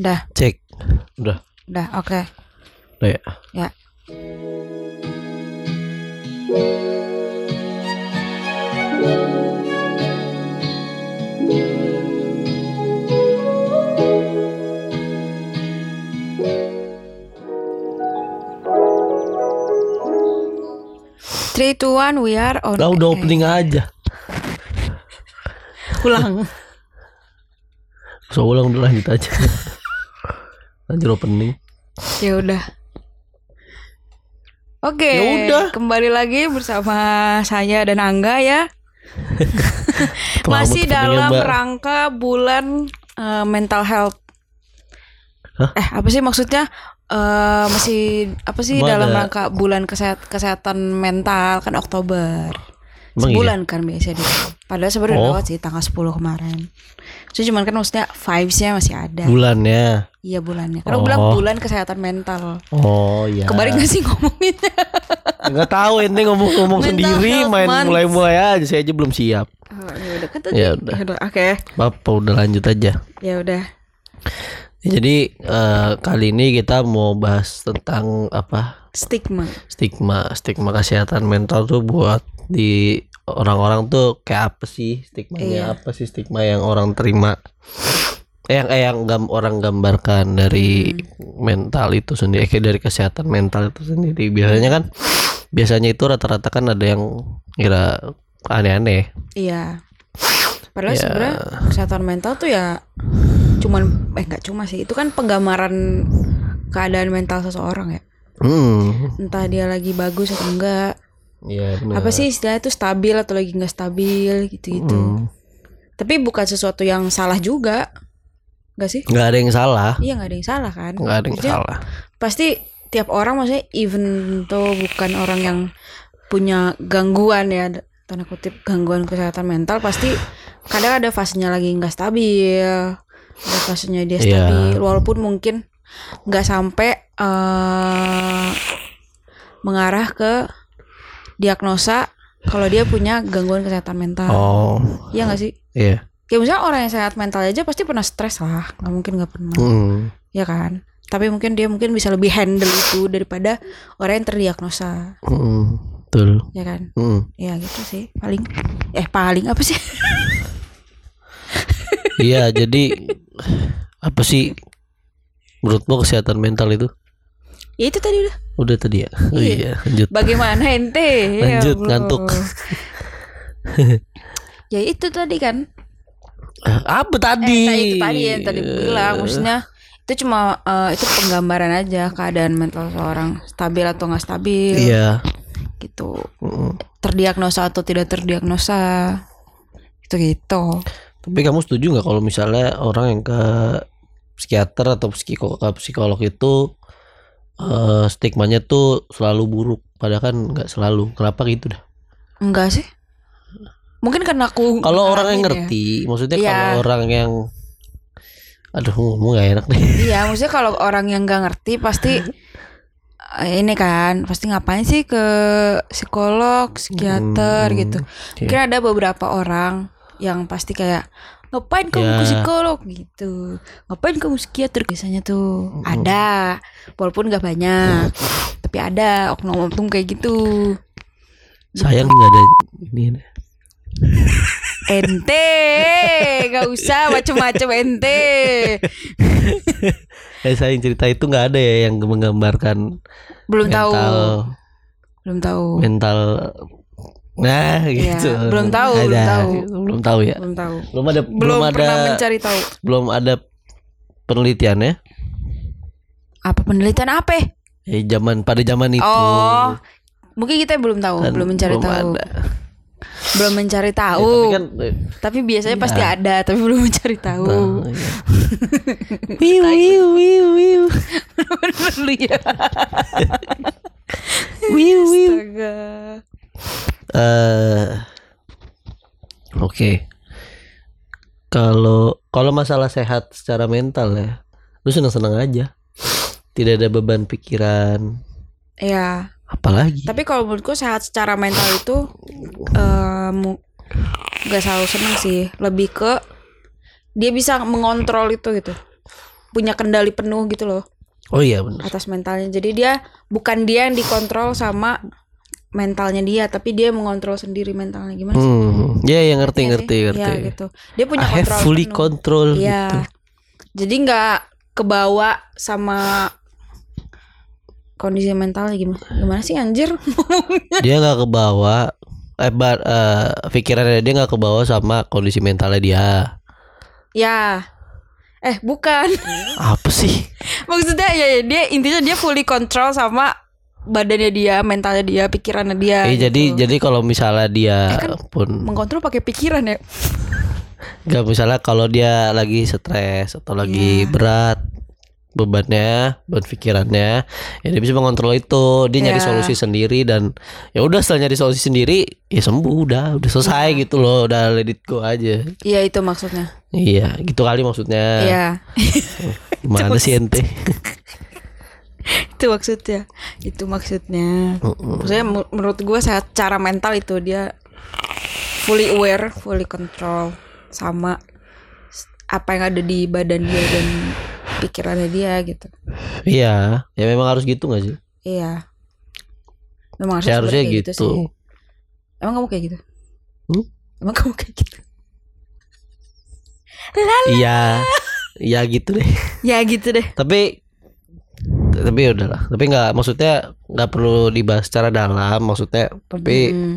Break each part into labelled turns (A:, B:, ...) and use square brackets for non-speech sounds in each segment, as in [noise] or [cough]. A: Udah,
B: Cek. Udah.
A: udah, oke.
B: Udah ya.
A: Ya. Three, two, one, we are on.
B: Lah udah
A: air.
B: opening aja.
A: Ulang.
B: So ulang udah lanjut aja. [laughs] lanjut opening.
A: [laughs] ya udah. Oke.
B: Ya udah.
A: Kembali lagi bersama saya dan Angga ya.
B: Lama
A: Masih
B: openingnya,
A: dalam
B: ya, Mbak.
A: rangka bulan eh, mental health.
B: Hah?
A: Eh, apa sih maksudnya? Eh, masih apa sih
B: Emang
A: dalam
B: ada-
A: rangka bulan kesehat- kesehatan mental kan Oktober.
B: Emang iya?
A: Sebulan kan biasanya dia. Padahal sebenarnya udah
B: Oh.
A: lewat sih tanggal 10 kemarin. So, cuman kan maksudnya vibes-nya masih ada.
B: bulannya.
A: Iya bulannya. Karena aku
B: Hmm. Oh.
A: bilang bulan kesehatan mental.
B: Oh iya.
A: Kebalik gak sih ngomonginnya?
B: Enggak tahu ente ngomong-ngomong
A: Mental
B: sendiri
A: health
B: main
A: month.
B: mulai-mulai aja saya aja belum siap.
A: Oh, ya udah kan tadi.
B: Ya udah.
A: Ya udah, Oke.
B: Bapak udah lanjut aja.
A: Ya udah.
B: Ya, Jadi eh, kali ini kita mau bahas tentang apa?
A: Stigma.
B: Stigma, stigma kesehatan mental tuh buat di orang-orang tuh kayak apa sih stigmanya?
A: Iya.
B: Apa sih stigma yang orang terima? Eh, Yang eh, yang gam, orang gambarkan dari
A: Hmm.
B: mental itu sendiri, eh, kayak dari kesehatan mental itu sendiri. Biasanya kan biasanya itu rata-rata kan ada yang kira aneh-aneh.
A: Iya.
B: Ya.
A: Padahal sebenarnya kesehatan mental tuh ya cuman eh nggak cuma sih itu kan penggambaran keadaan mental seseorang ya
B: Hmm.
A: entah dia lagi bagus atau enggak
B: Iya, benar.
A: apa sih istilahnya itu stabil atau lagi nggak stabil gitu-gitu
B: Hmm.
A: tapi bukan sesuatu yang salah juga nggak sih
B: Nggak ada yang salah.
A: iya nggak ada yang salah kan
B: Nggak ada yang
A: Maksudnya
B: salah.
A: pasti tiap orang maksudnya even tuh bukan orang yang punya gangguan ya tanda kutip gangguan kesehatan mental pasti kadang ada fasenya lagi nggak stabil ada fasenya dia
B: Iya.
A: stabil walaupun mungkin nggak sampai eh, mengarah ke diagnosa kalau dia punya gangguan kesehatan mental
B: Oh,
A: iya nggak sih
B: iya.
A: ya misalnya orang yang sehat mental aja pasti pernah stres lah nggak mungkin nggak pernah
B: Hmm.
A: ya kan tapi mungkin dia mungkin bisa lebih handle itu daripada orang yang terdiagnosa
B: Mm, betul.
A: ya kan
B: Mm.
A: ya gitu sih paling eh paling apa sih [laughs]
B: Iya, jadi apa sih menurut lo kesehatan mental itu?
A: ya itu tadi udah
B: Udah tadi ya. Oh
A: Iya.
B: iya, lanjut.
A: bagaimana ente Ya
B: Lanjut,
A: Allah.
B: ngantuk.
A: [laughs] ya itu tadi kan
B: Eh, Apa
A: eh,
B: tadi?
A: tadi itu tadi yang tadi bilang maksudnya itu cuma eh, itu penggambaran aja keadaan mental seorang stabil atau nggak stabil
B: Iya.
A: gitu
B: Mm.
A: terdiagnosa atau tidak terdiagnosa itu gitu
B: Tapi kamu setuju nggak kalau misalnya orang yang ke psikiater atau psiko- ke psikolog itu eh, stigmanya tuh selalu buruk, padahal kan nggak selalu. Kenapa gitu dah?
A: enggak sih mungkin karena aku
B: Kalau orang yang
A: ngalamin ya.
B: ngerti, maksudnya
A: Iya.
B: kalau orang yang aduh ngomong gak enak deh.
A: Iya, maksudnya kalau orang yang nggak ngerti
B: [laughs]
A: pasti eh, ini kan pasti ngapain sih ke psikolog, psikiater
B: Hmm,
A: gitu.
B: iya.
A: Mungkin ada beberapa orang yang pasti kayak ngapain kamu ke
B: Ya.
A: psikolog gitu, ngapain kamu psikiater biasanya tuh
B: Hmm.
A: ada, walaupun nggak banyak,
B: [laughs]
A: tapi ada oknum-oknum kayak gitu.
B: [laughs] Sayang nggak ada ini. ini.
A: Ente, nggak usah macem-macem ente.
B: Eh sayang cerita itu nggak ada ya yang menggambarkan
A: Belum tahu,
B: mental
A: belum tahu,
B: mental nah
A: Iya,
B: gitu.
A: belum tahu, belum
B: Ada.
A: tahu.
B: Belum tahu ya.
A: belum tahu.
B: Belum ada belum,
A: Belum,
B: ada
A: pernah mencari tahu.
B: belum ada ya. penelitiannya.
A: apa penelitian apa?
B: Eh zaman pada zaman itu.
A: Oh, mungkin kita belum tahu,
B: kan
A: belum mencari
B: belum
A: tahu, Oh.
B: ada.
A: belum mencari
B: Ya,
A: tahu.
B: tapi
A: tapi,
B: kan eh,
A: biasanya pasti ada, tapi belum mencari tahu. [laughs]
B: nah, iya. Wiu, wiu, wiu, wiu.
A: Bener lu ya.
B: Wiu, wiu.
A: Astaga.
B: eh Oke. Kalau kalau masalah sehat secara mental ya, lu seneng-seneng aja. Tidak ada beban pikiran,
A: Ya,
B: apalagi.
A: tapi kalau menurutku sehat secara mental itu eh, em, nggak selalu seneng sih, lebih ke dia bisa mengontrol itu gitu. punya kendali penuh gitu loh
B: Oh iya benar.
A: atas mentalnya. Jadi dia bukan dia yang dikontrol sama mentalnya dia, tapi dia mengontrol sendiri mentalnya gimana? sih?
B: Hmm. Ya yang ngerti
A: Iya sih.
B: ngerti
A: Iya,
B: ngerti.
A: gitu. Dia punya
B: I have
A: kontrol.
B: fully
A: penuh.
B: control
A: Iya.
B: gitu.
A: Jadi nggak kebawa sama kondisi mentalnya gimana? Gimana sih anjir? [laughs]
B: Dia nggak kebawa eh bar, eh, pikirannya dia nggak kebawa sama kondisi mentalnya dia.
A: ya. Eh, bukan. [laughs]
B: Apa sih?
A: Maksudnya ya, ya, dia intinya dia fully control sama badannya dia, mentalnya dia, pikirannya dia.
B: Eh,
A: gitu.
B: jadi jadi kalau misalnya dia
A: kan
B: pun
A: mengkontrol pakai pikiran ya.
B: nggak misalnya kalau dia lagi stres atau lagi
A: Iya.
B: berat bebannya, beban pikirannya, ya dia bisa mengontrol itu. Dia nyari
A: Iya.
B: solusi sendiri dan ya udah setelah nyari solusi sendiri, ya sembuh udah, udah selesai gitu loh, udah let it go aja.
A: Iya, itu maksudnya.
B: Iya, gitu kali maksudnya.
A: Iya.
B: Gimana sih ente? [laughs]
A: itu maksudnya itu maksudnya maksudnya mu- menurut gue secara mental itu dia fully aware fully control sama s- apa yang ada di badan dia dan pikirannya dia gitu
B: Iya, ya memang harus gitu gak sih?
A: iya memang harusnya,
B: Ya harusnya
A: seperti
B: gitu.
A: itu sih. emang kamu kayak gitu
B: Hmm?
A: emang kamu kayak gitu [laughs]
B: Iya, iya gitu deh.
A: ya gitu deh
B: Tapi tapi ya udahlah. Tapi nggak maksudnya nggak perlu dibahas secara dalam maksudnya. Tapi
A: Mm.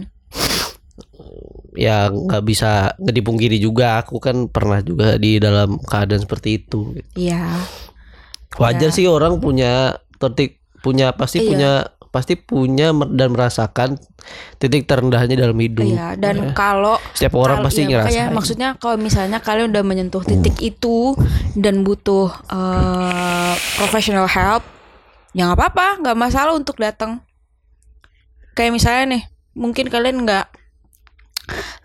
B: ya
A: Gitu.
B: nggak bisa nggak dipungkiri juga. Aku kan pernah juga di dalam keadaan seperti itu. gitu.
A: iya
B: Wajar sih orang punya titik punya
A: Ya.
B: pasti
A: Iya.
B: punya pasti punya mer- dan merasakan titik terendahnya dalam hidup. ya.
A: iya dan kalau
B: Setiap orang
A: Kalau-
B: pasti
A: iya,
B: ngerasa. gitu.
A: makanya maksudnya kalau misalnya kalian udah menyentuh titik itu dan butuh eh, professional help, ya nggak apa-apa, nggak masalah untuk datang. Kayak misalnya nih, mungkin kalian nggak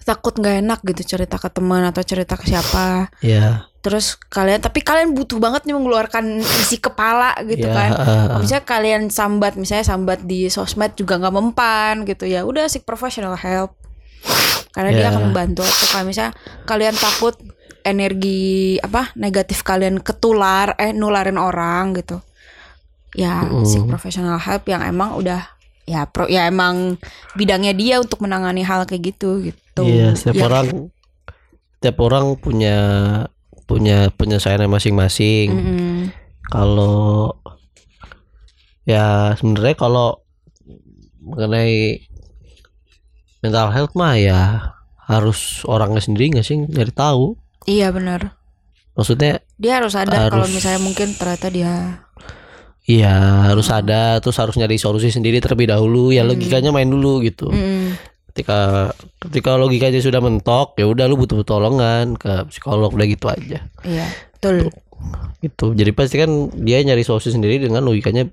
A: takut nggak enak gitu cerita ke teman atau cerita ke siapa.
B: Iya.
A: Terus kalian, tapi kalian butuh banget nih mengeluarkan isi kepala gitu
B: Iya,
A: kan.
B: heeh, heeh.
A: Misalnya kalian sambat, misalnya sambat di sosmed juga nggak mempan gitu ya. Udah seek professional help. Karena dia
B: Ya.
A: akan membantu atau kalau misalnya kalian takut energi apa negatif kalian ketular eh nularin orang gitu. Ya,
B: Mm-mm.
A: seek professional help yang emang udah ya pro ya emang bidangnya dia untuk menangani hal kayak gitu gitu.
B: Iya, setiap
A: Ya,
B: orang setiap orang punya punya penyelesaiannya masing-masing.
A: mm-mm.
B: Kalau ya sebenarnya kalau mengenai mental health mah ya harus orangnya sendiri nggak sih nyari tahu.
A: Iya benar.
B: Maksudnya
A: Dia harus sadar kalau
B: Harus-
A: misalnya mungkin ternyata dia
B: Iya harus ada terus harus nyari solusi sendiri terlebih dahulu ya logikanya main dulu gitu.
A: Mm-mm.
B: Ketika ketika logikanya sudah mentok ya udah lu butuh pertolongan ke psikolog udah gitu aja.
A: Iya, betul.
B: gitu jadi pasti kan dia nyari solusi sendiri dengan logikanya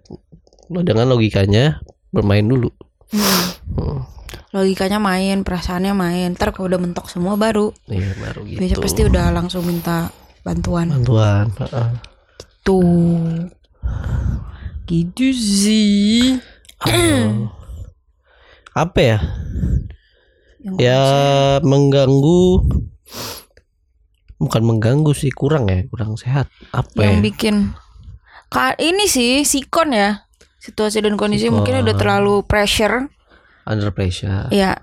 B: dengan logikanya bermain dulu
A: Mm.
B: Hmm,
A: logikanya main perasaannya main ntar kalau udah mentok semua baru
B: iya baru gitu
A: biasanya pasti udah langsung minta bantuan
B: bantuan heeh.
A: tuh gitu sih
B: Aduh. [clears throat] apa ya
A: Yang
B: ya mengganggu bukan mengganggu sih kurang ya kurang sehat apa
A: yang
B: ya
A: bikin Ka- ini sih sikon ya situasi dan kondisi
B: Sikon.
A: mungkin udah terlalu pressure
B: under pressure
A: ya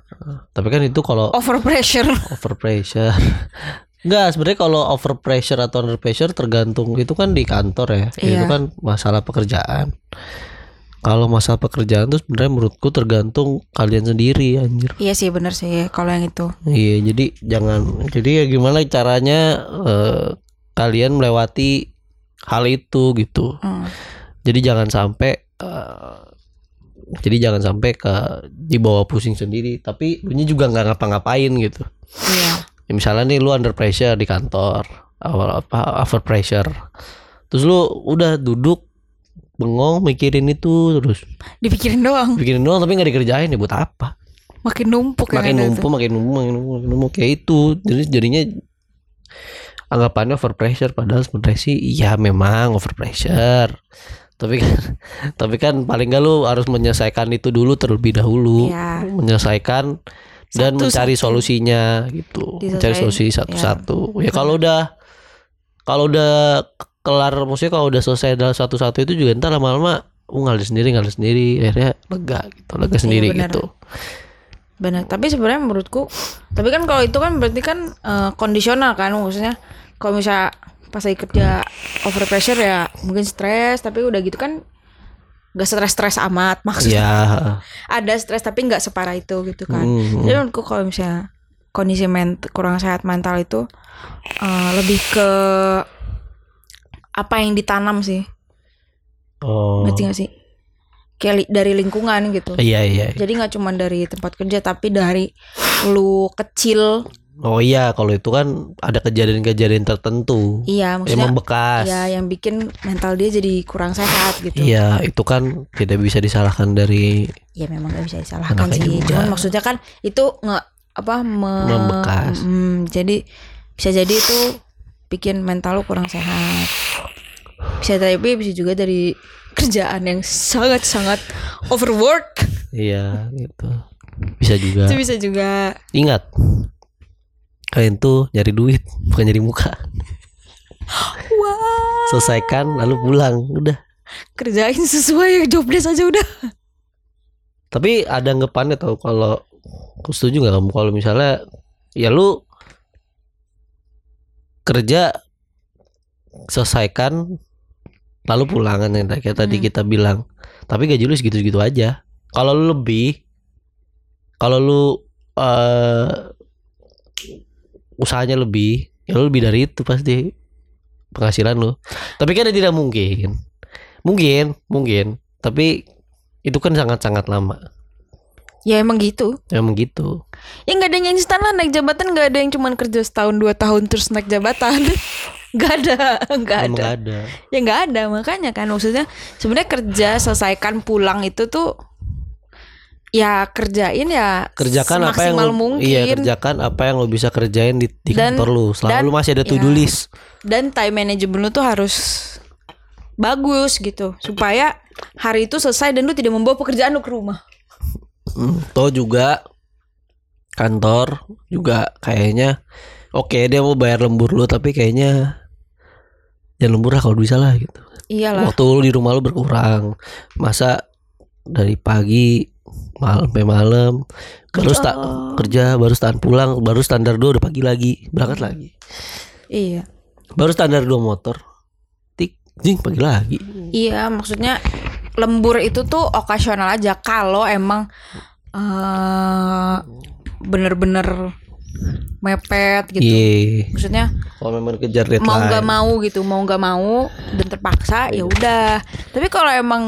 B: tapi kan itu kalau
A: over pressure [laughs]
B: over pressure [laughs] Enggak, sebenarnya kalau over pressure atau under pressure tergantung itu kan di kantor ya.
A: Iya.
B: Itu kan masalah pekerjaan. Kalau masalah pekerjaan tuh sebenarnya menurutku tergantung kalian sendiri anjir.
A: iya sih bener sih kalau yang itu
B: Iya, jadi jangan jadi ya gimana caranya eh, kalian melewati hal itu gitu.
A: Hmm.
B: Jadi jangan sampai eh, jadi jangan sampai ke dibawa pusing sendiri, tapi lu juga nggak ngapa-ngapain gitu.
A: iya
B: Ya, misalnya nih lu under pressure di kantor awal apa over pressure terus lu udah duduk bengong mikirin itu terus
A: dipikirin doang
B: bikin doang tapi nggak dikerjain ya buat apa
A: makin numpuk yang
B: makin
A: ada
B: numpuk makin numpuk makin numpuk makin numpuk kayak itu jadi jadinya anggapannya over pressure padahal sebenarnya sih ya memang over pressure tapi kan [laughs] tapi kan paling nggak lu harus menyelesaikan itu dulu terlebih dahulu
A: Iya.
B: menyelesaikan dan
A: Satu-satu. iya.
B: mencari solusinya gitu mencari
A: Diselesain,
B: solusi
A: ya.
B: satu-satu ya kalau udah kalau udah kelar maksudnya kalau udah selesai dalam satu-satu itu juga ntar lama-lama uh, ngalir sendiri ngalir sendiri akhirnya lega gitu lega sendiri
A: Iya, benar.
B: gitu
A: Benar, tapi sebenarnya menurutku, tapi kan kalau itu kan berarti kan eh, kondisional kan maksudnya kalau misal pas lagi kerja over pressure ya mungkin stres, tapi udah gitu kan gak stres-stres amat [laughs] maksudnya.
B: ya
A: Ada stres tapi nggak separah itu gitu kan.
B: Hmm.
A: Jadi menurutku kalau misalnya kondisi ment kurang sehat mental itu eh, lebih ke apa yang ditanam sih,
B: oh
A: ngerti gak sih? Kayak li- dari lingkungan gitu.
B: iya iya
A: Jadi nggak cuma dari tempat kerja tapi dari lu kecil.
B: oh iya kalau itu kan ada kejadian-kejadian tertentu
A: Iya,
B: yang
A: maksudnya
B: membekas
A: ya yang bikin mental dia jadi kurang sehat gitu.
B: Iya, itu kan tidak bisa disalahkan dari
A: Ya memang gak bisa disalahkan
B: Anaknya
A: sih.
B: juga.
A: Cuman maksudnya kan itu nggak apa me-
B: Membekas.
A: Mm, jadi bisa jadi itu bikin mental lu kurang sehat. Bisa tapi bisa juga dari kerjaan yang sangat-sangat overwork.
B: iya gitu. Bisa juga.
A: Itu bisa juga.
B: Ingat. Kalian tuh nyari duit, bukan nyari muka.
A: Wah,
B: Selesaikan lalu pulang, udah.
A: kerjain sesuai jobdesk aja udah.
B: Tapi ada anggapannya tau kalau aku setuju nggak kamu kalau misalnya ya lu kerja selesaikan lalu pulangan yang tadi- kayak tadi
A: Hmm.
B: kita bilang. Tapi gaji lu segitu-segitu aja. Kalau lu lebih kalau lu eh usahanya lebih, ya lu lebih dari itu pasti penghasilan lu. Tapi kan itu tidak mungkin. Mungkin, mungkin, tapi itu kan sangat-sangat lama.
A: Ya emang gitu.
B: Emang gitu.
A: Ya nggak ada yang instan lah naik jabatan nggak ada yang cuman kerja setahun dua tahun terus naik jabatan. [laughs] Gak ada, gak ada.
B: Emang nggak ada.
A: Ya nggak ada makanya kan maksudnya sebenarnya kerja selesaikan pulang itu tuh ya kerjain ya
B: Kerjakan apa yang
A: semaksimal
B: lu-
A: mungkin
B: iya kerjakan apa yang lo bisa kerjain di, di
A: Dan-
B: kantor lu. Selama
A: dan-
B: lu masih ada to do
A: iya.
B: list.
A: dan time management lu tuh harus bagus gitu supaya hari itu selesai dan lu tidak membawa pekerjaan lu ke rumah.
B: Hmm, Toh juga kantor juga kayaknya oke dia mau bayar lembur lu tapi kayaknya ya lembur lah kalau bisa lah gitu.
A: Iyalah.
B: Waktu lu di rumah lu berkurang. Masa dari pagi malam sampai malam terus tak
A: Oh.
B: kerja baru stand pulang baru standar dua udah pagi lagi berangkat lagi
A: Iya.
B: baru standar dua motor tik jing pagi lagi
A: Iya, maksudnya lembur itu tuh okasional aja kalau emang eh, bener-bener mepet gitu.
B: Iya.
A: Maksudnya
B: Kalau memang kejar deadline.
A: mau nggak mau gitu, mau nggak mau dan terpaksa ya udah. Tapi kalau emang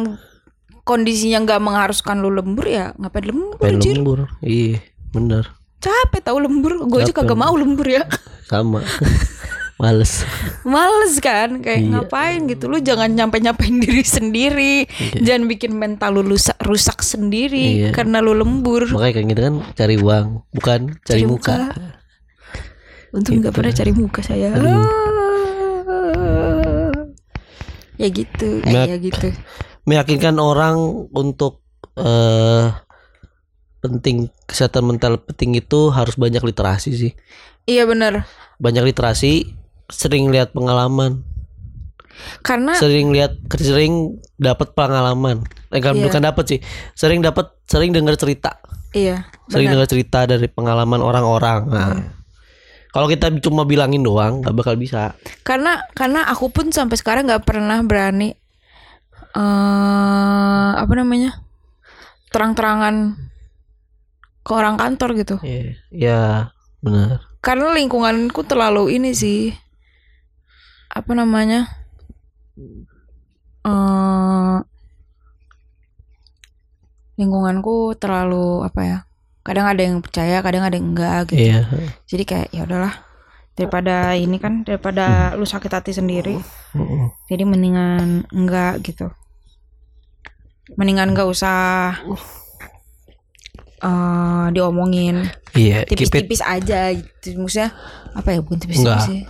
A: kondisinya nggak mengharuskan lu lembur ya ngapain lembur
B: Pengen
A: anjir?
B: lembur. Iya, bener.
A: capek tau lembur gue aja
B: Capek.
A: kagak mau lembur ya [laughs]
B: Sama. Males.
A: males kan kayak
B: Iya.
A: ngapain gitu lu jangan nyampe nyampein [laughs] diri sendiri jangan bikin mental lu rusak, rusak sendiri
B: Iya.
A: karena lu lembur
B: Makanya kayak gitu kan cari uang, bukan cari,
A: Cari
B: muka. Gitu kan.
A: muka. Untung nggak pernah cari muka saya. [laughs] Ya gitu, eh,
B: Matt.
A: ya gitu.
B: Meyakinkan orang untuk eh penting kesehatan mental penting itu harus banyak literasi sih.
A: Iya benar.
B: Banyak literasi, sering lihat pengalaman,
A: Karena
B: sering lihat sering dapat pengalaman. Eh kan
A: Iya.
B: bukan dapat sih. Sering dapat sering dengar cerita.
A: iya,
B: sering
A: benar. Iya.
B: dengar cerita dari pengalaman orang-orang. Nah, kalau kita cuma bilangin doang, nggak bakal bisa.
A: Karena karena aku pun sampai sekarang nggak pernah berani eh apa namanya? terang-terangan ke orang kantor gitu.
B: Ya, benar.
A: Karena lingkunganku terlalu ini sih. Apa namanya? eh lingkunganku terlalu apa ya? Kadang ada yang percaya, kadang ada yang enggak gitu.
B: Iya.
A: Jadi kayak ya udahlah. Daripada ini kan daripada lu sakit hati sendiri.
B: Mm-mm.
A: Jadi mendingan enggak gitu. Mendingan enggak usah eh diomongin
B: Iya. keep it.
A: tipis-tipis aja gitu maksudnya apa ya bukan tipis-tipis
B: Enggak.
A: sih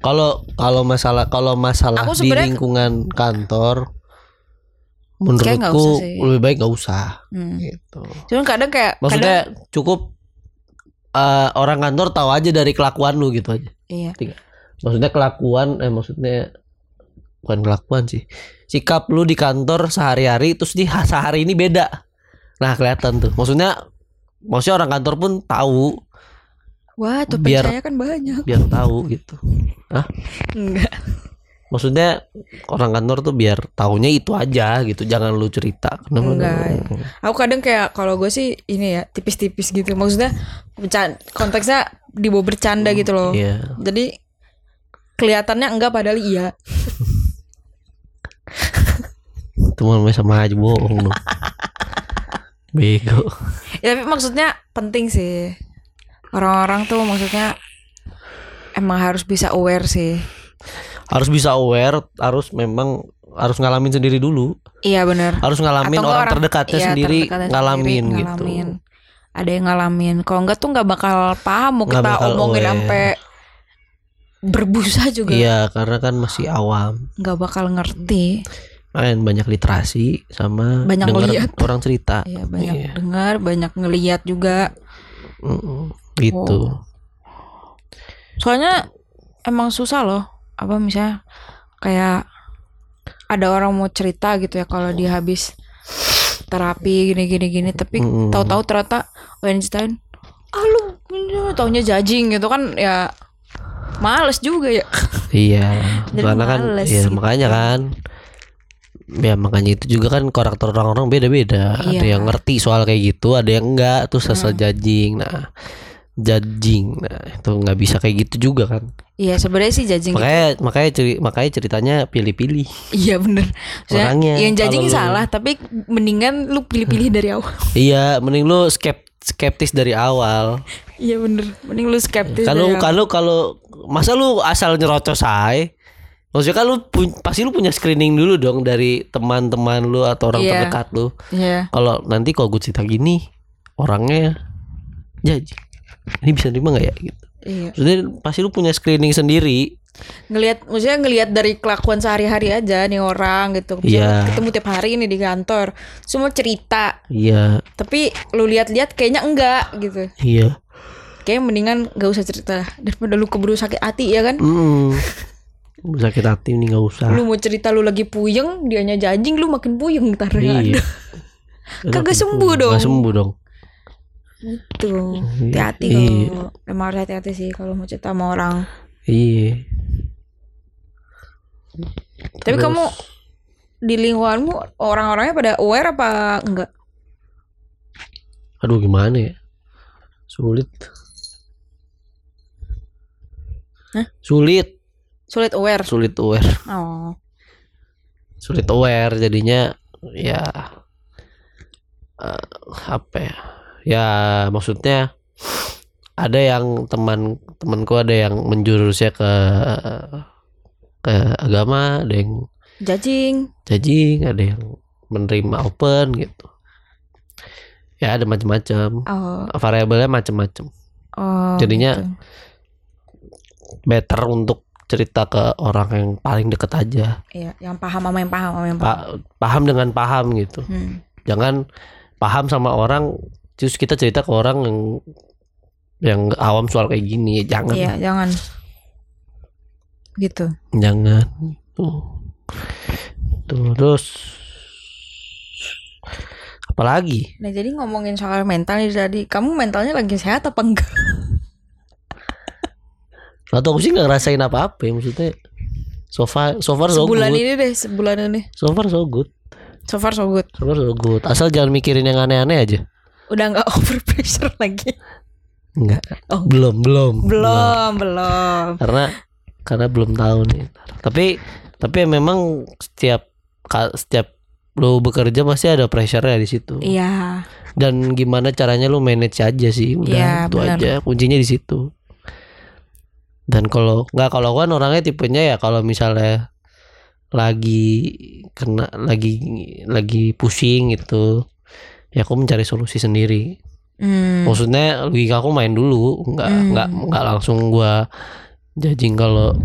B: Kalau kalau masalah kalau masalah
A: Aku
B: di
A: sebenarnya-
B: lingkungan kantor,
A: Kayak nggak usah
B: menurutku
A: sih.
B: lebih baik nggak usah.
A: hmm.
B: Gitu.
A: cuman kadang kayak kadang,
B: Maksudnya cukup eh, orang kantor tahu aja dari kelakuan lu gitu aja.
A: iya
B: Maksudnya kelakuan, eh maksudnya bukan kelakuan sih sikap lu di kantor sehari-hari terus di ha- sehari ini beda nah kelihatan tuh maksudnya maksudnya orang kantor pun tahu
A: Wah, tuh
B: Biar-
A: saya kan banyak. [laughs]
B: biar tahu gitu
A: Enggak.
B: maksudnya orang kantor tuh biar tahunya itu aja gitu jangan lu cerita kenapa
A: Enggak. Aku kadang kayak kalau gue sih ini ya tipis-tipis gitu. Maksudnya bercan- konteksnya dibawa bercanda gitu loh.
B: iya
A: Jadi kelihatannya enggak padahal iya.
B: itu mah sama aja bohong lu bego
A: Ya, tapi maksudnya penting sih. Orang-orang tuh maksudnya emang harus bisa aware sih.
B: harus bisa aware harus memang harus ngalamin sendiri dulu
A: Iya bener
B: harus ngalamin
A: Atau
B: orang,
A: enggak
B: terdekatnya
A: iya,
B: sendiri
A: terdekatnya sendiri,
B: ngalamin,
A: ngalamin.
B: gitu
A: Ada yang ngalamin. Kalau enggak tuh nggak bakal paham mau
B: Nggak
A: kita
B: bakal
A: omongin
B: aware.
A: sampai berbusa juga
B: iya karena kan masih awam
A: nggak bakal ngerti.
B: main banyak literasi sama
A: Banyak
B: denger
A: ngeliat.
B: orang cerita
A: Iya banyak
B: Iya.
A: dengar, banyak ngeliat juga.
B: Mm-mm. gitu
A: Soalnya emang susah loh. Apa misalnya kayak ada orang mau cerita gitu ya kalau dia habis terapi gini gini gini tapi
B: Mm-mm.
A: tahu-tahu ternyata oh yang diceritain ah lu ini," taunya judging gitu kan ya males juga ya [laughs]
B: iya
A: Jadi
B: karena kan
A: males
B: ya
A: gitu.
B: makanya kan ya makanya itu juga kan karakter orang-orang beda-beda ada
A: Iya. Hmm.
B: yang ngerti soal kayak gitu ada yang enggak terus asal judging nah judging nah itu nggak bisa kayak gitu juga kan
A: iya sebenarnya sih judging
B: makanya makanya ceri- makanya ceritanya pilih-pilih
A: iya bener Maksudnya,
B: Orangnya,
A: yang judging
B: kalau lu-
A: salah tapi mendingan lu pilih-pilih dari awal [laughs]
B: Iya, mending lu skep- skeptis dari awal. Kan
A: iya bener mending lu skeptis
B: Kalau
A: dari awal.
B: kalau kalau masa lu asal nyerocos aja. Maksudnya kan lu pun- pasti lu punya screening dulu dong dari teman-teman lu atau orang
A: Iya.
B: terdekat lu.
A: iya
B: Kalau nanti kalau gue cerita gini, orangnya jaji. Ini bisa terima nggak ya? Gitu.
A: iya
B: Maksudnya pasti lu punya screening sendiri.
A: ngelihat maksudnya ngelihat dari kelakuan sehari-hari aja nih orang gitu Misalnya
B: Iya.
A: ketemu tiap hari ini di kantor semua cerita
B: Iya,
A: tapi lu lihat-lihat kayaknya enggak gitu
B: iya.
A: kayaknya mendingan gak usah cerita lah daripada lu keburu sakit hati ya kan
B: Mm. Sakit hati nih nggak usah.
A: lu mau cerita lu lagi puyeng dianya jajing lu makin puyeng ntar
B: Iya.
A: iya. Kagak Kan sembuh dong.
B: Kagak sembuh dong.
A: gitu
B: Iya.
A: hati-hati kalau emang harus hati-hati sih kalau mau cerita sama orang
B: Iya.
A: tapi
B: Terus-
A: kamu di lingkunganmu orang-orangnya pada aware apa enggak
B: Aduh gimana ya? Sulit.
A: Hah?
B: Sulit,
A: sulit aware
B: sulit aware,
A: oh
B: sulit aware jadinya ya eh, apa ya? Ya maksudnya ada yang teman temanku ada yang menjurusnya ke ke agama, ada yang
A: jajing
B: jajing, ada yang menerima open gitu. Ya ada macam-macam.
A: oh
B: Variabelnya macam-macam.
A: oh
B: Jadinya
A: gitu.
B: better untuk cerita ke orang yang paling deket aja
A: Iya, yang paham sama yang paham sama yang paham.
B: Pa- paham dengan paham gitu
A: Hmm.
B: jangan paham sama orang terus kita cerita ke orang yang yang awam soal kayak gini jangan
A: Iya, jangan. Gitu.
B: jangan tuh Tuh, terus apalagi
A: Nah, jadi ngomongin soal mental nih tadi, kamu mentalnya lagi sehat apa enggak?
B: atau aku sih nggak ngerasain apa-apa ya, maksudnya so far so far so
A: Sebulan
B: good
A: ini deh, sebulan ini.
B: so far so good
A: So far so good.
B: so far so good asal jangan mikirin yang aneh-aneh aja
A: Udah enggak over pressure lagi.
B: enggak
A: Oh.
B: belum belum
A: Belum, belum.
B: karena karena belum tahu nih tapi tapi memang setiap ka- setiap lu bekerja pasti ada pressure-nya di situ
A: Iya,
B: dan gimana caranya lu manage aja sih udah
A: Iya,
B: itu
A: benar.
B: aja kuncinya di situ dan kalau nggak kalau kan orangnya tipenya ya kalau misalnya lagi kena lagi lagi pusing gitu ya aku mencari solusi sendiri
A: Hmm.
B: maksudnya logika aku main dulu nggak
A: Hmm.
B: nggak nggak langsung gua judging kalau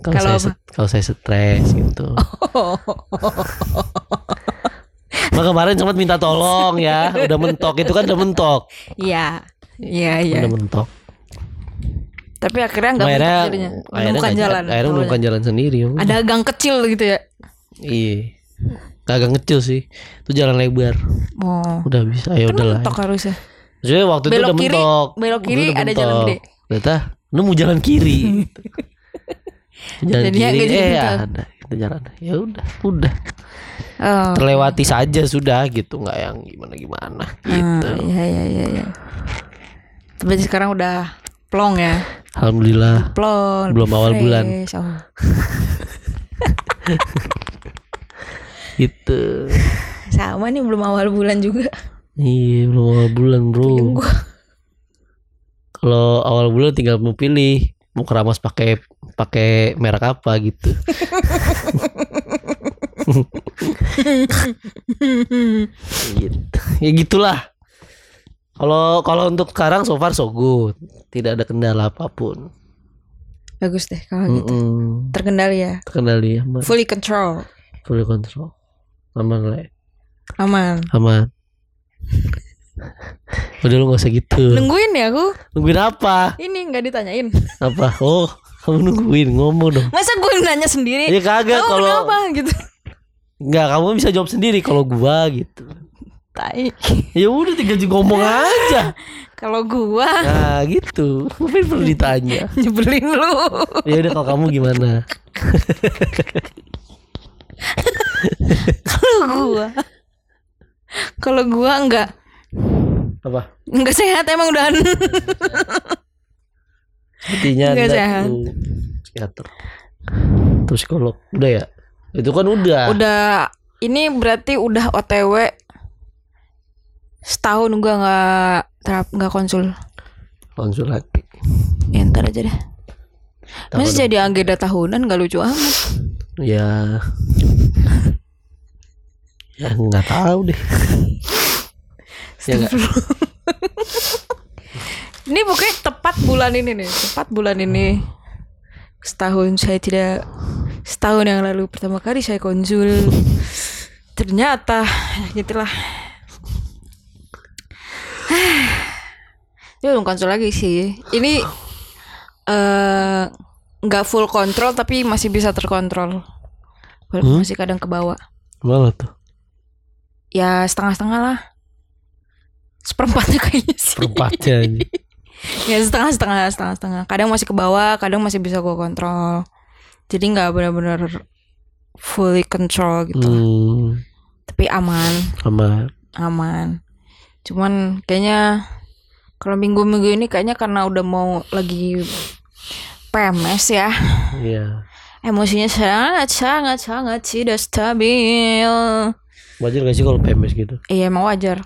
B: kalau
A: Kalau Oh.
B: saya
A: apa?
B: set- kalau saya stres gitu Nah, kemarin sempat minta tolong ya udah mentok itu kan udah mentok
A: Iya. Iya, iya.
B: udah mentok
A: Tapi akhirnya nggak
B: akhirnya
A: mentok jadinya.
B: akhirnya
A: Menemukan
B: nggak-
A: jalan.
B: akhirnya
A: awalnya.
B: menemukan jalan sendiri ya.
A: Ada gang kecil gitu ya.
B: iya kagak kecil sih itu jalan lebar
A: Oh.
B: udah bisa ya udahlah
A: Mentok harusnya.
B: Maksudnya waktu itu
A: Belok
B: udah
A: kiri,
B: mentok
A: belok kiri
B: Waktu itu udah
A: ada jalan
B: mentok.
A: gede.
B: Ternyata nemu jalan
A: [laughs]
B: kiri jalan
A: Jadinya nggak
B: kiri
A: jadi
B: eh
A: mentok.
B: ada itu jalan ya udah udah
A: Oh.
B: terlewati saja sudah gitu nggak yang gimana gimana gitu
A: Ah, Iya iya iya. iya. Tapi sekarang udah plong ya.
B: alhamdulillah
A: Plong.
B: Belum awal bulan.
A: fresh. Oh.
B: gitu
A: Sama nih belum awal bulan juga.
B: iya belum awal bulan bro
A: Puyeng gua.
B: kalau awal bulan tinggal mau pilih mau keramas pakai pakai merek apa
A: [laughs]
B: gitu gitu ya gitulah kalau kalau untuk sekarang so far so good tidak ada kendala apapun
A: Bagus deh kalau gitu.
B: Mm-mm.
A: Terkendali ya.
B: terkendali aman
A: Fully control.
B: full control aman lah ya.
A: Aman.
B: aman [laughs] udah lu gak usah gitu
A: Nungguin ya aku.
B: nungguin apa
A: Ini nggak
B: [laughs]
A: ditanyain.
B: apa oh kamu nungguin ngomong dong
A: Masa gue nanya sendiri?
B: ya kagak
A: Eh, Kamu
B: kalau
A: kenapa gitu?
B: Enggak, kamu bisa jawab sendiri kalau gua gitu.
A: Tai.
B: Ya udah tinggal ngomong aja.
A: Kalau gua [laughs]
B: Nah, gitu. Mungkin perlu ditanya.
A: nyebelin lu.
B: Ya udah kalau kamu gimana?
A: Kalau gua. Kalau gua nggak
B: Apa?
A: nggak sehat emang udah.
B: Sepertinya
A: Nggak
B: Anda
A: sehat.
B: perlu psikiater. Atau psikolog. Udah ya? Itu kan udah.
A: udah ini berarti udah OTW setahun gua nggak terap nggak konsul.
B: Langsung lagi.
A: Ya, ntar aja deh.
B: Tahu
A: Masih jadi agenda tahunan gak lucu amat.
B: Ya. ya nggak tahu deh. ya nggak?
A: Ini pokoknya tepat bulan ini nih, tepat bulan ini. Setahun saya tidak setahun yang lalu pertama kali saya konsul. Ternyata ya gitulah. Dia belum konsul lagi sih. Ini eh nggak full kontrol tapi masih bisa terkontrol. Walaupun Masih kadang ke bawah.
B: Malah tuh.
A: Ya setengah-setengah lah. Seperempatnya kayaknya sih. [laughs]
B: Perempatnya
A: Iya.
B: aja.
A: ya setengah setengah setengah setengah kadang masih ke bawah kadang masih bisa gua kontrol jadi nggak benar-benar fully control gitu
B: Hmm.
A: tapi aman
B: Sama
A: aman cuman kayaknya kalau minggu-minggu ini kayaknya karena udah mau lagi PMS ya
B: ya.
A: emosinya sangat sangat sangat tidak stabil
B: Wajar gak sih kalau PMS gitu?
A: iya emang wajar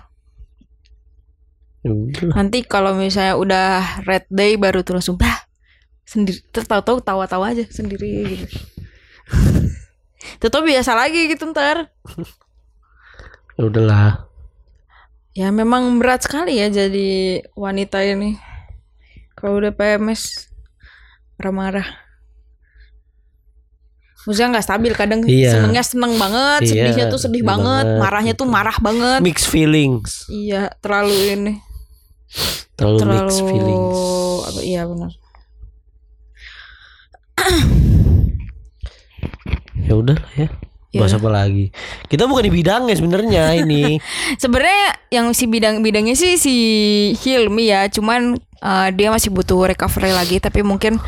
B: Ya udah.
A: nanti kalau misalnya udah red day baru tuh langsung bah sendiri tertawa-tawa tawa-tawa aja sendiri gitu tetap biasa lagi gitu ntar
B: Ya udahlah.
A: ya memang berat sekali ya jadi wanita ini kalau udah PMS marah-marah Maksudnya nggak stabil kadang
B: Iya.
A: senengnya seneng banget,
B: Iya,
A: sedihnya tuh sedih
B: sedih
A: banget,
B: banget. gitu.
A: marahnya tuh marah banget.
B: mixed feelings
A: Iya, terlalu ini.
B: terlalu,
A: terlalu
B: mixed feelings
A: apa, iya benar.
B: ya udahlah ya
A: Ya
B: Bahas apa lagi kita bukan di bidangnya sebenarnya
A: [laughs]
B: ini
A: Sebenarnya yang si bidang-bidangnya sih si Hilmi ya, cuman eh, dia masih butuh recovery lagi tapi mungkin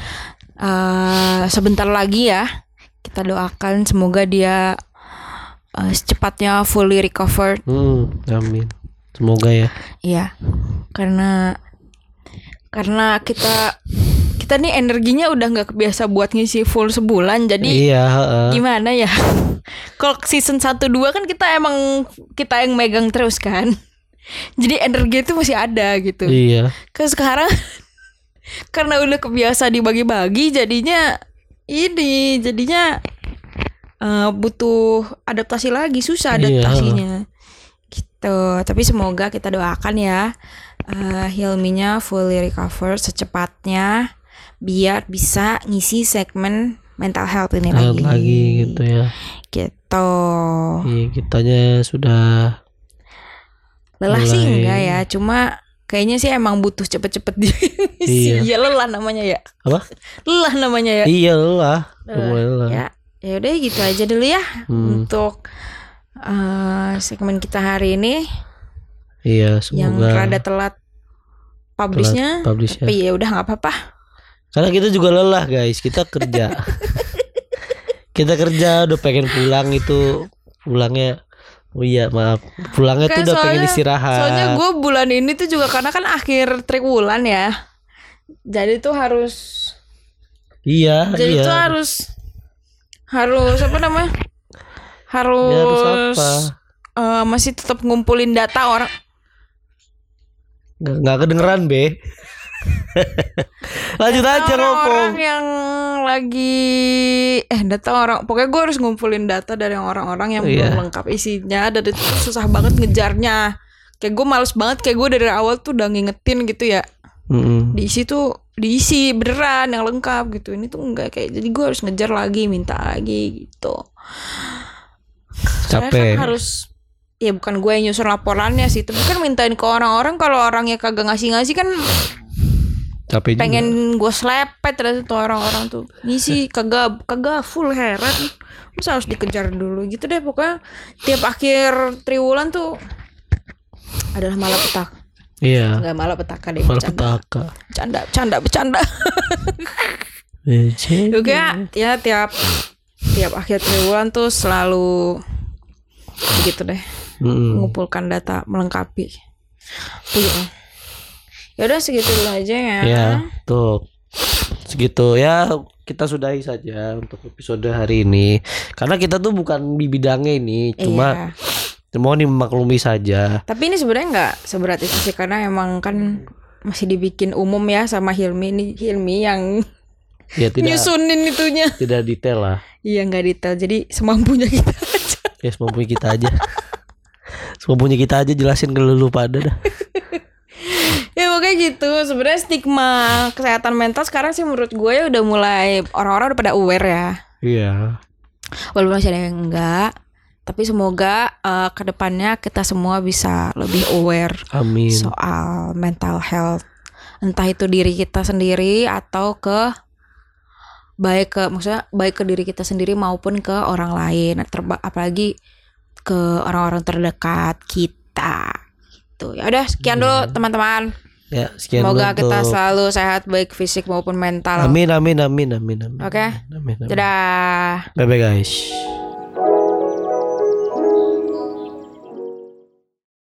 A: eh, sebentar lagi ya. Kita doakan semoga dia eh, secepatnya fully recovered
B: hmm, amin semoga ya
A: Iya. Karena karena kita kita nih energinya udah nggak kebiasa buat ngisi full sebulan jadi
B: iya heeh.
A: gimana ya [laughs] kalau season 1 2 kan kita emang kita yang megang terus kan [laughs] jadi energi itu masih ada gitu
B: iya
A: ke sekarang [laughs] karena udah kebiasa dibagi-bagi jadinya ini jadinya eh, butuh adaptasi lagi susah
B: Iya.
A: adaptasinya gitu tapi semoga kita doakan ya eh, Hilminya fully recover secepatnya biar bisa ngisi segmen mental health ini
B: lagi. lagi gitu ya
A: gitu
B: iya kitanya sudah
A: lelah sih
B: Mulai- iya.
A: enggak ya cuma kayaknya sih emang butuh cepet-cepet [laughs]
B: Iya.
A: diisi. Ya lelah namanya ya.
B: Apa?
A: Lelah namanya ya.
B: Iya lah,
A: Eh,
B: lumayan lah.
A: Ya, ya udah gitu aja dulu ya
B: Hmm.
A: untuk eh, segmen kita hari ini
B: Iya,
A: yang
B: semoga.
A: rada telat publishnya.
B: publish ya.
A: Tapi ya udah nggak apa-apa.
B: Karena kita juga lelah guys, kita
A: [laughs]
B: kerja. kita kerja udah pengen pulang itu pulangnya. Oh iya maaf, pulangnya tuh
A: Kayak
B: udah pengen
A: Kan soalnya-
B: istirahat.
A: Soalnya gue bulan ini tuh juga karena kan akhir triwulan ya. Jadi tuh harus
B: iya,
A: jadi
B: iya.
A: tuh harus harus apa namanya? Harus,
B: Ya, harus apa?
A: eh, masih tetap ngumpulin data orang.
B: Nggak, nggak kedengeran be.
A: [laughs]
B: Lanjut aja ngomong.
A: Orang-orang yang lagi eh data orang pokoknya gue harus ngumpulin data dari orang-orang yang
B: Iya.
A: belum lengkap isinya dan itu tuh susah banget ngejarnya kayak gue males banget kayak gue dari awal tuh udah ngingetin gitu ya
B: Mm-mm.
A: diisi tuh diisi beneran yang lengkap gitu ini tuh enggak kayak jadi gue harus ngejar lagi minta lagi gitu Soalnya
B: Capek.
A: kan harus ya bukan gue yang nyusun laporannya sih tapi kan mintain ke orang-orang kalau orangnya kagak ngasih-ngasih kan
B: Capek juga.
A: pengen gue selepet ternyata tuh orang-orang tuh ngisi kagak kagak full heran masa harus dikejar dulu gitu deh pokoknya tiap akhir triwulan tuh adalah malapetaka
B: Iya.
A: nggak malapetaka deh
B: Malah
A: bercanda
B: petaka.
A: bercanda bercanda bercanda
B: Iya.
A: juga ya tiap tiap akhir triwulan tuh selalu begitu deh
B: Mm-mm.
A: mengumpulkan data melengkapi Iya. ya udah segitu dulu aja ya
B: Ya, tuh segitu ya kita sudahi saja untuk episode hari ini karena kita tuh bukan di bidangnya ini cuma
A: Iya.
B: cuma nih memaklumi saja
A: Tapi ini sebenarnya nggak seberat itu sih karena emang kan masih dibikin umum ya sama Hilmi ini Hilmi yang
B: ya tidak
A: nyusunin itunya.
B: tidak detail lah
A: Iya nggak detail jadi semampunya kita [laughs] aja.
B: ya semampunya kita aja semampunya kita aja jelasin ke lu pada dah
A: Ya pokoknya gitu. Sebenarnya stigma kesehatan mental sekarang sih menurut gue ya udah mulai orang-orang udah pada aware ya.
B: iya
A: Walaupun masih ada yang enggak. Tapi semoga eh, kedepannya kita semua bisa lebih aware
B: amin
A: soal mental health entah itu diri kita sendiri atau ke baik ke maksudnya baik ke diri kita sendiri maupun ke orang lain terba apalagi ke orang-orang terdekat kita gitu ya udah sekian dulu teman-teman
B: ya Iya. sekian
A: semoga
B: dulu
A: kita
B: untuk-
A: selalu sehat baik fisik maupun mental
B: amin amin amin amin amin
A: Oke.
B: amin, amin.
A: dadah
B: bye bye guys